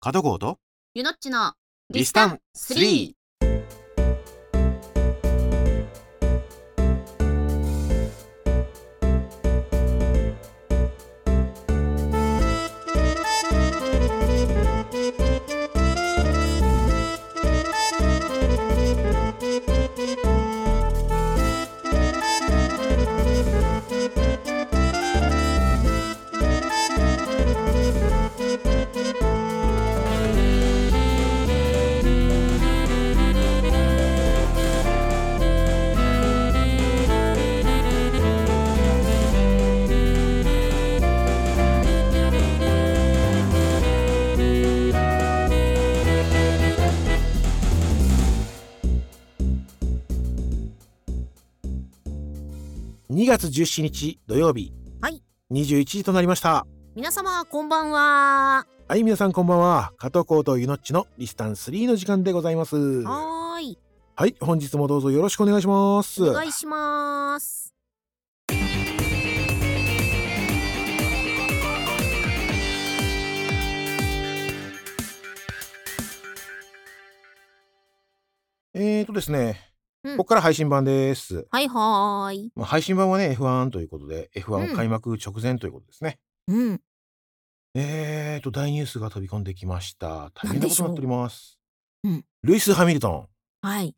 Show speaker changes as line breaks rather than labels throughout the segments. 角郷と
ゆのっちの
リスタン32月17日土曜日
はい
21時となりました
皆様こんばんは
はい皆さんこんばんは加藤浩とゆのっちのリスタン3の時間でございますは
はーい
い本日もどうぞよろしくお願いします
お願いします
えーとですね、
うん
ここから配信版です
はいはーい
まあ配信版はね F1 ということで
う
F1
ん
開幕直前ということですね、
うん
えーと大ニュースが飛び込んできました大変
なん
な
で
こ
し
と
ょう
になっております
うん
ルイス・ハミルトン
はい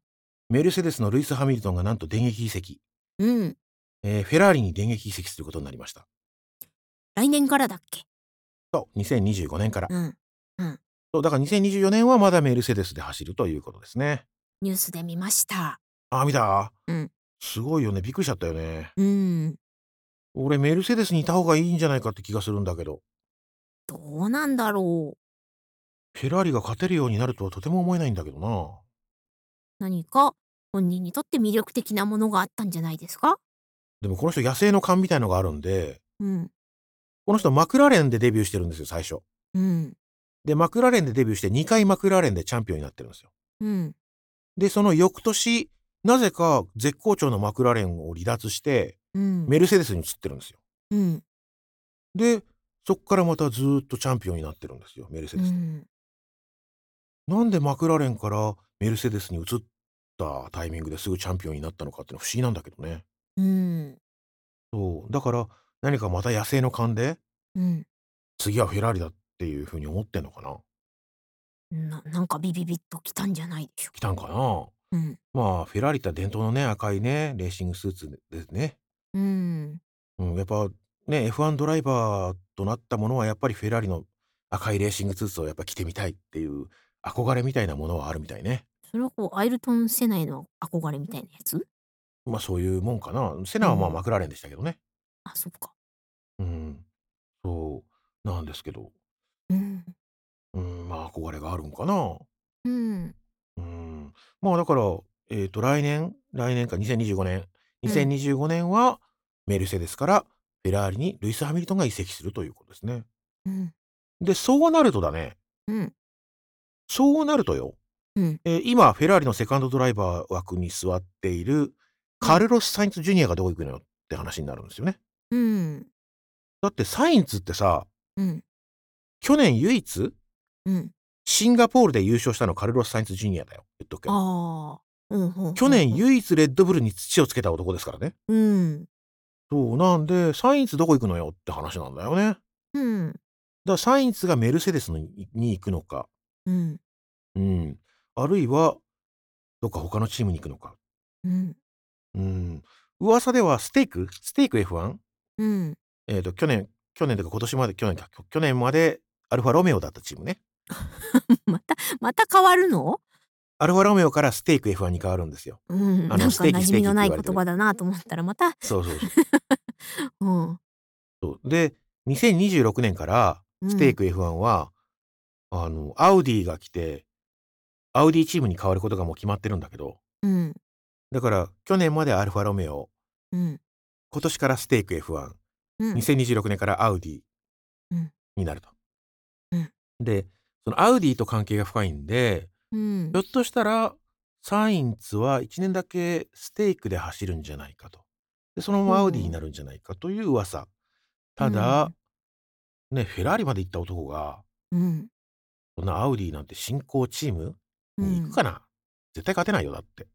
メルセデスのルイス・ハミルトンがなんと電撃移籍、
うん
えーフェラーリに電撃移籍することになりました
来年からだっけ
と2025年から
うん
そうだから2024年はまだメルセデスで走るということですね
ニュースで見ました
あー見た、
うん
すごいよねびっくりしちゃったよね
うん
俺メルセデスにいた方がいいんじゃないかって気がするんだけど
どうなんだろう
フェラーリが勝てるようになるとはとても思えないんだけどな
何か本人にとって魅力的なものがあったんじゃないですか
でもこの人野生の勘みたいのがあるんで
うん
この人マクラーレンでデビューしてるんですよ最初
うん
でマクラーレンでデビューして2回マクラーレンでチャンピオンになってるんですよ
うん
でその翌年なぜか絶好調のマクラーレンを離脱して
うん
メルセデスに移ってるんですよ
うん
でそこからまたずーっとチャンピオンになってるんですよメルセ
う
デスって、
ん
なんでマクラーレンからメルセデスに移ったタイミングですぐチャンピオンになったのかっていうのは不思議なんだけどね
うん
そうだから何かまた野生の勘で
うん
次はフェラーリだっていうふうに思ってんのかな
ななんかビビビッときたんじゃないでしょ
来たんかな
ううん
まあフェラーリって伝統のね赤いねレーシングスーツですね、
うん
うん、やっぱね F1 ドライバーとなったものはやっぱりフェラーリの赤いレーシングスーツをやっぱ着てみたいっていう憧れみたいなものはあるみたいね
それはこうアイルトン・セナへの憧れみたいなやつ
まあそういうもんかなセナはまあ
うん
マクラーレンでしたけどね
あそっか
うん、そうなんですけど、
うん
うん、まあ憧れがあるんかな
うん
うんまあだから、えー、と来年来年か2025年
うん
2025年は、メルセデスからフェラーリにルイス・ハミルトンが移籍するということですね。
うん
でそうなるとだね
うん
そうなるとよ、
うん
えー今フェラーリのセカンドドライバー枠に座っているカルロス・サインツ・ジュニアがどこ行くのよって話になるんですよね。
うん
だってサインツってさ
うん
去年唯一
うん
シンガポールで優勝したのカルロス・サインツ・ジュニアだよ言っとくけど
ああうんうんうん
去年唯一レッドブルに土をつけた男ですからね。
うん
そうなんでサインツどこ行くのよって話なんだよね。だか
うん
らサインツがメルセデスにに行くのか、
うん
うん、あるいはどっか他のチームに行くのか、
うん
うん、噂ではステークステーク F1、
うん
えー、と去年去年というか今年まで去年か去去年までアルファロメオだったチームね
またまた変わるの
アルファロメオからステーク F1 に変わるんですよ。
うんな
あの
んか
ステーキ
馴染みのない
ステー
言
キって言
葉
わ
だなと思ったらまた
そう そうそう
うん
そうで2026年からステーク F1 は、あのアウディが来てアウディチームに変わることがもう決まってるんだけど。
うん
だから去年までアルファロメオ
うん
今年からステーク F1、
うん
2026年からアウディ
うん
になると。
うん
でそのアウディと関係が深いんで
うん
ひょっとしたらサインツは1年だけステークで走るんじゃないかとでそのままアウディになるんじゃないかという噂ただ、ねフェラーリまで行った男が
うん
そんなアウディなんて新興チーム
う
に行
ん
く、かな、絶対勝てないよだって。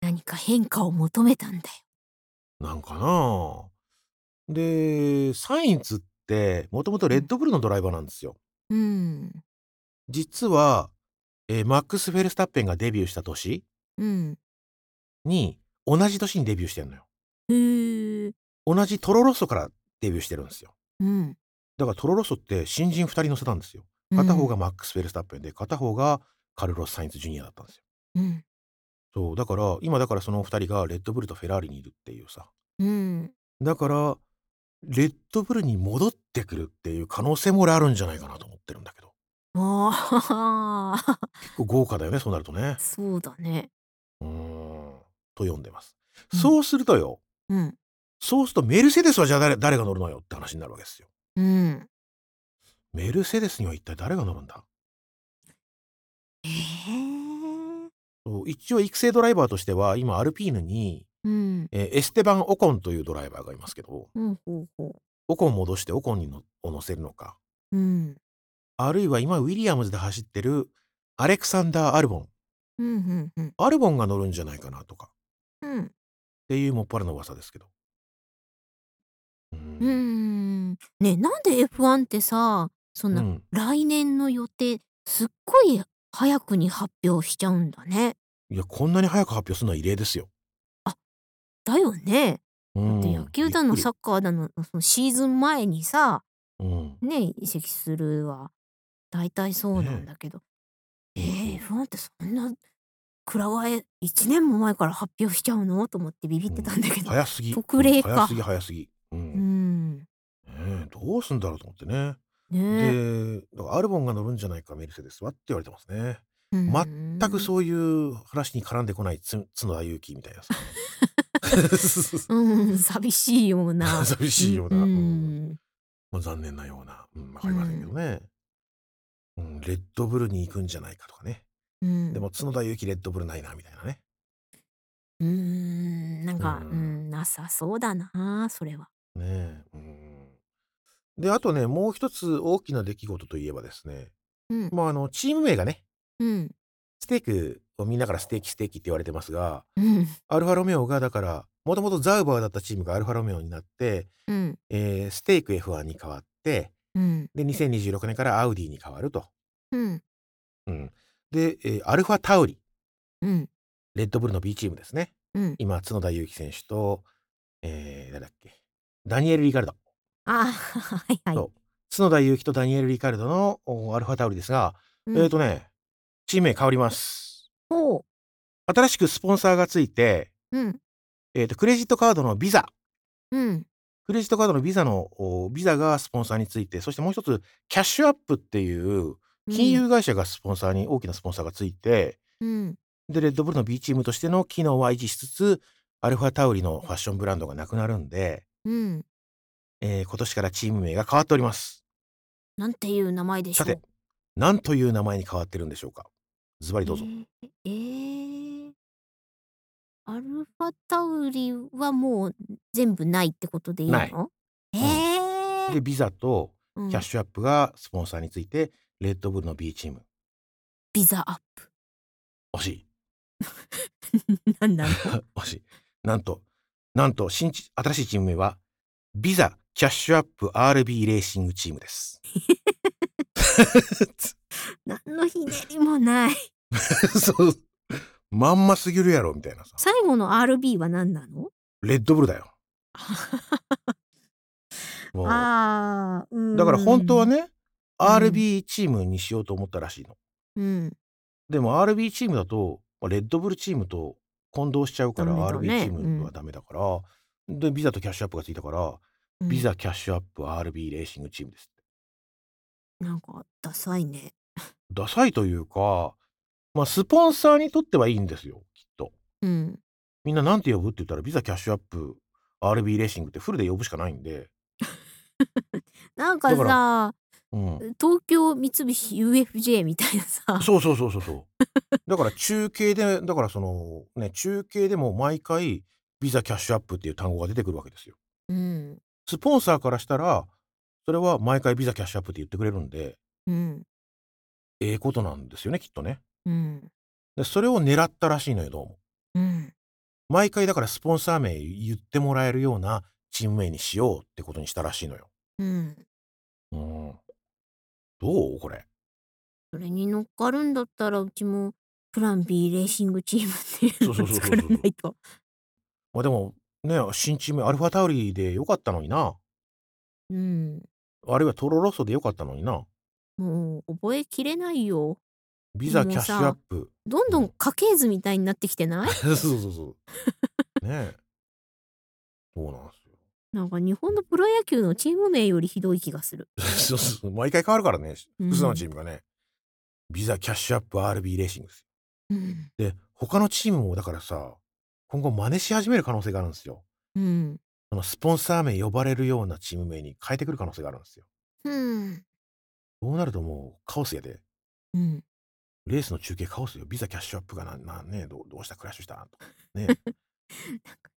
何か変化を求めたんだよ
なんかなで、サインツって、もともとレッドブルのドライバーなんですよ。
うん
実は、えーマックス・フェルスタッペンがデビューした年
うん
に、同じ年にデビューしてるのよ。
へえ
同じトロロッソからデビューしてるんですよ。
うん
だからトロロッソって新人2人乗せたんですよ。片方
が
がマックス・フェルスタッペンで、片方がカルロス・サインツ・ジュニアだったんですよ。
うん
そう、だから、今だからその2人がレッドブルとフェラーリにいるっていうさ。
うん
だから、レッドブルに戻ってくるっていう可能性も俺あるんじゃないかなと思ってるんだけど。
ああ
結構豪華だよね、そうなるとね。
そうだね
うーん。と読んでます。
うん
そうするとよ、
うん
そうするとメルセデスはじゃあ誰誰が乗るのよって話になるわけですよ。
うん
メルセデスには一体誰が乗るんだ
へえ
そう一応育成ドライバーとしては、今アルピーヌに、
うん
えーエステバン・オコンというドライバーがいますけど、
うんほうほ
オコン戻してオコンにのを乗せるのか、
ううん
あるいは今ウィリアムズで走ってるアレクサンダー・アルボン。
うんうんうん
アルボンが乗るんじゃないかなとか。
うん
っていうもっぱらの噂ですけど。う
うー
ん。
んねえなんで F1 ってさそん
う、
なん来年の予定すっごい早くに発表しちゃうんだね。
いや、こんなに早く発表するのは異例ですよ。
だよね。
うん、
で野球だの
びっ
サッカーだのそのシーズン前にさ
くりうん、
ね移籍するは大体そうなんだけど、えー、F1 ってそんな蔵替え1年も前から発表しちゃうのと思ってビビってたんだけ ど。
早すぎ。
特例か
早すぎ、早すぎ。う。
うんんね
ねえどうすんだろうと思ってね。で、
え
だからアルボンが乗るんじゃないか、メルセデスはって言われてますね。
全
全くそういう話に絡んでこないつ角田裕樹みたいなさ。
うん寂しいよう な
寂しいような。
う
うん
ん
まあ、残念なような。うん、わかりませんけどね。うん、レッドブルに行くんじゃないかとかね。
うん、
でも角田裕樹レッドブルないなみたいなね。
うーんなんか、
うん
うん、なさそうだなそれは。
ねえ。うんであとねもう一つ大きな出来事といえばですね、
うん
まあ、あのチーム名がね
うん
ステークをみんなからステーキステーキって言われてますが
うん
アルファロメオがだからもともとザウバーだったチームがアルファロメオになって、
うん
えーステーク F1 に変わって
うん
で2026年からアウディに変わると。
うん
うん、で、えーアルファタウリ
うん
レッドブルの B チームですね
うん
今角田裕樹選手と、えー、誰だっけダニエル・リカルド
あはいはい。
そう角田裕樹とダニエル・リカルドのおアルファタオルですが、
うん
えっ、とね、チーム名変わります。
ほう
新しくスポンサーがついて、
うん
えっ、と、クレジットカードのビザ、
うん
クレジットカードのビザの、おビザがスポンサーについて、そしてもう一つ、キャッシュアップっていう、金融会社がスポンサーに、大きなスポンサーがついて、
うん
で、レッドブルの B チームとしての機能は維持しつつ、アルファタオリのファッションブランドがなくなるんで、
うん
えー今年からチーム名が変わっております。
なんていう名前でしょ
さ
う。
て、何という名前に変わってるんでしょうかズバリどうぞ。
えーえーアルファタウリはもう全部ないってことでいいの？
ない
え
で、
え
ビザと
ー、
キャッシュアップがスポンサーについて、レッドブルの B チーム。
うんビザアッ
惜しい。
プ なんなの？
惜しい。なんと、なんと新チ、新しいチーム名は、ビザキャッシュアップ RB レーシングチームです。
何のひねりもない。
そう。まんますぎるやろ、みたいなさ。
最後の RB は何なの
レッドブルだ よ。もう
ああ、うん
だから本当は、ね、
ん
RB チームにしようと思ったらしいの。
うん、
でも RB チームだとまあレッドブルチームと混同しちゃうから、
ダメだ
RB
ね
チームはダメだから、でビザとキャッシュアップがついたから、
うん
ビザキャッシュアップ RB レーシングチームですって
なんかダサいね。
ダサいというか、まあ、スポンサーにとってはいいんですよきっと
うん、
みんななんて呼ぶって言ったらビザキャッシュアップ RB レーシングってフルで呼ぶしかないんで、
なんか
だか
さ、
うん、
東京三菱 UFJ みたいなさ、
そうそうそうそうそうだから中継でだからそのね中継でも毎回ビザキャッシュアップっていう単語が出てくるわけですよ
うん、
スポンサーからしたら、それは毎回ビザキャッシュアップって言ってくれるんで、
うん、
ええことなんですよねきっとね
うん。
でそれを狙ったらしいのよどうも
うん。
毎回だからスポンサー名言ってもらえるようなチーム名にしようってことにしたらしいのよ
うん。
うんどうこれ
それに乗っかるんだったら、うちも、プラン B レーシングチームっていう
そう
のを
そうそうそう
作らないと。
まあでもね新チームアルファタウリでよかったのにな
うん。
あるいはトロロッソでよかったのにな
もう、覚えきれないよ。
ビザキャッシュアップ
どんどん家系図みたいになってきてない
そうそうそう。 ねえ。そうなんですよ。
なんか日本のプロ野球のチーム名よりひどい気がする。
そうそうそう毎回変わるからね、
うん
複数のチームがね。ビザキャッシュアップ RB レーシングです
うん。
よ。で、他のチームもだからさ、今後真似し始める可能性があるんですよ。
うん。
そのスポンサー名呼ばれるようなチーム名に変えてくる可能性があるんですよ。
うん。
そうなるともうカオスやで、
うん。
レースの中継カオスよ。ビザキャッシュアップがな、なんねどう、どうしたクラッシュしたと。ね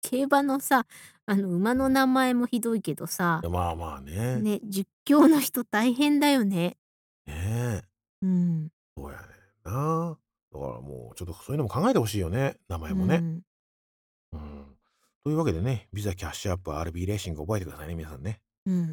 競馬のさあの馬の名前もひどいけどさ、
まあまあね。ね
ね、実況の人大変だよね。
え。
うん、
そうやねんな。だからもうちょっとそういうのも考えてほしいよね。名前も
う
ね。
ん
うん。というわけでね、ビザキャッシュアップ RB レーシング覚えてくださいね、皆さんね。
うん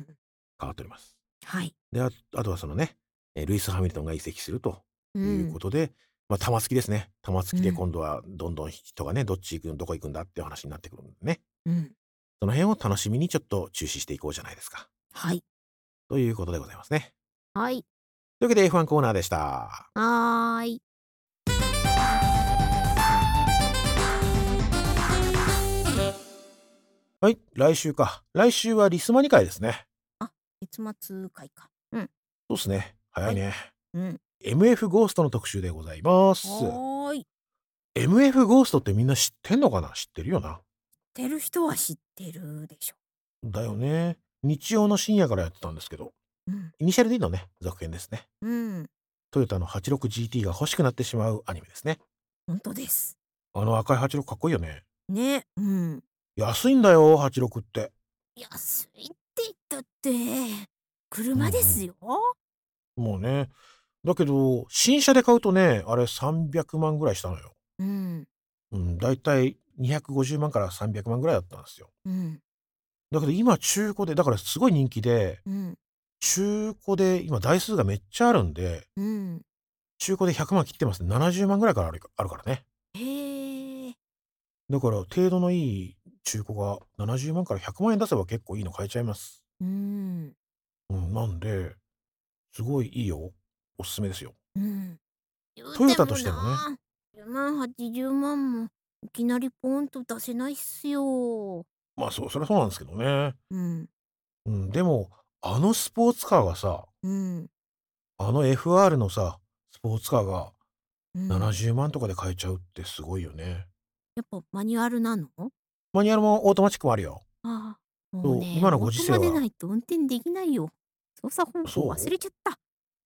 変わっております。
はい、
で、ああとはそのね、えールイス・ハミルトンが移籍すると
う
いうんことで、まあ玉突きですね。玉突きで
うん
今度はどんどん人がね、どっち行く、どこ行くんだっていう話になってくるんでね。
うん、
その辺を楽しみにちょっと注視していこうじゃないですか。
はい
ということでございますね。
はい
というわけで F1 コーナーでした。
はーい
はい、来週か。来週はリスマニ会ですね。
月末会か
そうですね。早いね。
うん
MF ゴーストの特集でございます。
はーい
MF ゴーストってみんな知ってんのかな知ってるよな。
知ってる人は知ってるでしょ
だよね。日曜の深夜からやってたんですけど、
うん
イニシャル D のね、続編ですね。
うん
トヨタの 86GT が欲しくなってしまうアニメですね。
本当です
あの赤い86かっこいいよね。
ねうん
安いんだよ、86って。
安いって言ったって車ですよ、
もうね。だけど、新車で買うとね、あれ300万ぐらいしたのよ。
うん
うん、だいたい250万から300万ぐらいだったんですよ。
うん
だけど今中古で、だからすごい人気で、
うん
中古で今台数がめっちゃあるんで
うん
中古で100万切ってますね70万ぐらいからあるあるからね
へえ
だから程度のいい中古が70万から100万円出せば結構いいの買えちゃいます、
うん
うん、なんですごいいいよおすすめですよ
うん
トヨタとしてもね
言うてもな。10万80万もいきなりポンと出せないっすよ。
まあそうそりゃそうなんですけどね、
うん
うん、でもあのスポーツカーがさ
うん。
あの FR のさスポーツカーが
うん、や
70万とかで買えちゃうってすごいよね
っぱマニュアルなの
マニュアルもオートマチックもあるよ
ああ。
そう
もうね、
今のご時世は
オートマでないと運転できないよ。操作方
そう
法忘れちゃった。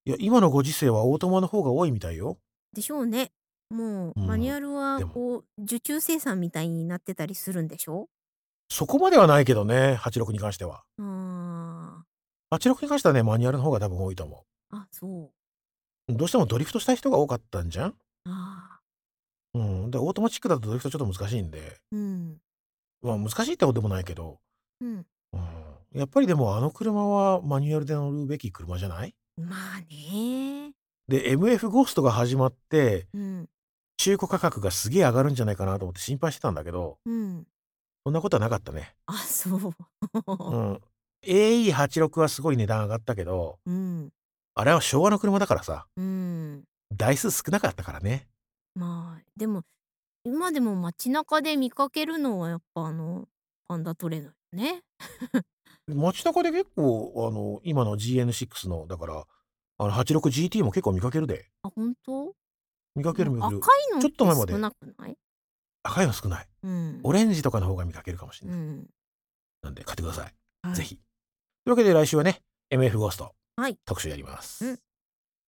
いや今のご時世はオートマの方が多いみたいよ
でしょうね。もう、
うん
マニュアルは
でも
こう受注生産みたいになってたりするんでしょ
そこまではないけどね、86に関しては。
あ
86に関してはね、マニュアルの方が多分多いと思
あ。あそう。
う。どうしてもドリフトした人が多かったんじゃん
ああ。
うん。で、オートマチックだとドリフトちょっと難しいんで、
うん。
まあ難しいってことでもないけど、
うん。
うん。やっぱりでもあの車はマニュアルで乗るべき車じゃない
まあね。
で、MF ゴーストが始まって、
うん。
中古価格がすげえ上がるんじゃないかなと思って心配してたんだけど、
うん。
そんなことはなかったね。
あそう。
うん。AE86 はすごい値段上がったけど、
うん。
あれは昭和の車だからさ、
うん。
台数少なかったからね。
まあでも今でも街中で見かけるのはやっぱあのパンダトレーナーね。
街中で結構あの今の GN6 のだからあの 86GT も結構見かけるで
あ本当？
見かける見かけ
赤い
る
の
ちょっと前ま
っ
で
て少なくない？
赤いの少ない
うん。
オレンジとかの方が見かけるかもしれ
う
ない、
ん。
なんで買ってください、
はい
ぜ。ひというわけで来週はね MF ゴースト、
はい
特集やります、
うん
そ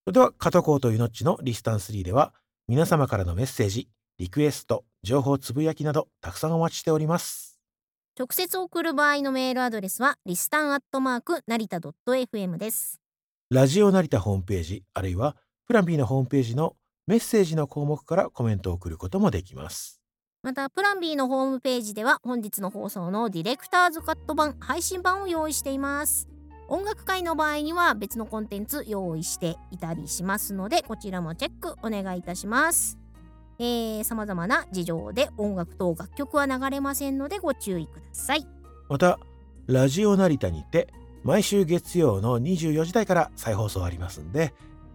れでは加藤浩とゆのっちのリスタンス3では皆様からのメッセージリクエスト情報つぶやきなどたくさんお待ちしております
直接送る場合のメールアドレスはリスタンアットマーク成田ドット FM です。
ラジオ成田ホームページあるいはプラン B のホームページのメッセージの項目からコメントを送ることもできます。
またプラン B のホームページでは本日の放送のディレクターズカット版配信版を用意しています音楽会の場合には別のコンテンツ用意していたりしますのでこちらもチェックお願いいたしますえー、様々な事情で音楽と楽曲は流れませんのでご注意ください
また、ラジオ成田にて毎週月曜の24時台から再放送ありますんで、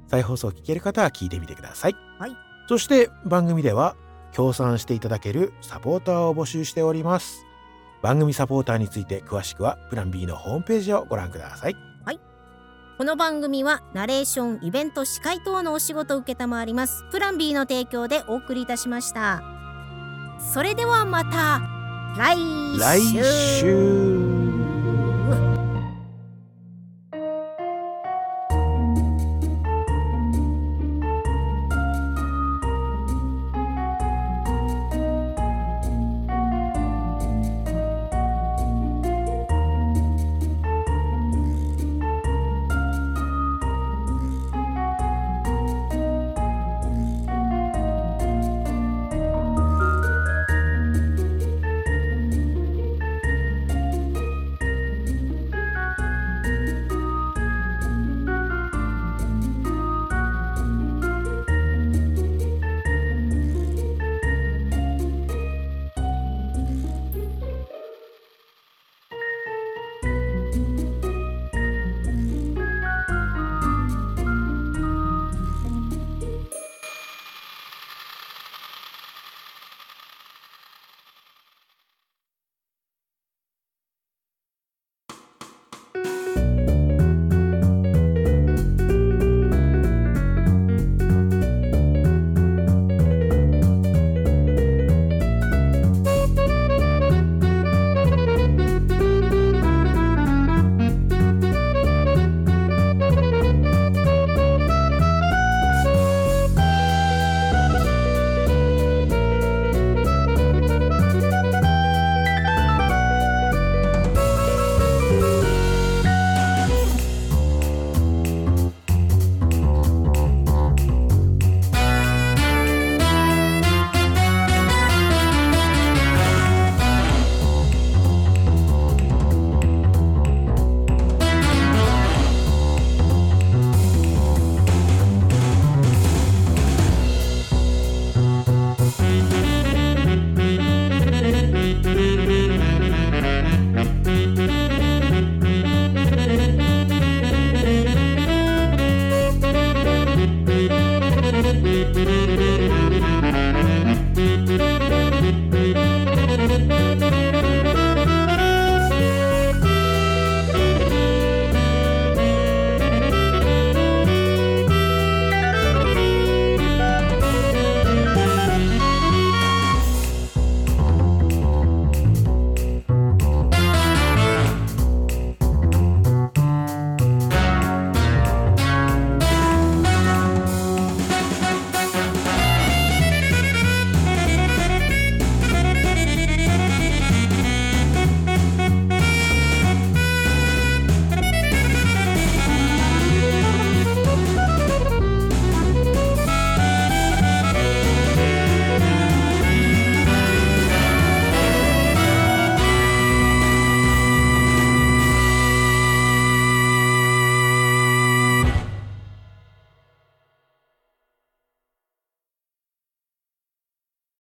再放送を聞ける方は聞いてみてください。
はい
そして番組では協賛していただけるサポーターを募集しております。番組サポーターについて詳しくはプラン B のホームページをご覧ください。
この番組はナレーションイベント司会等のお仕事を承りますプラン B の提供でお送りいたしましたそれではまた来週
来週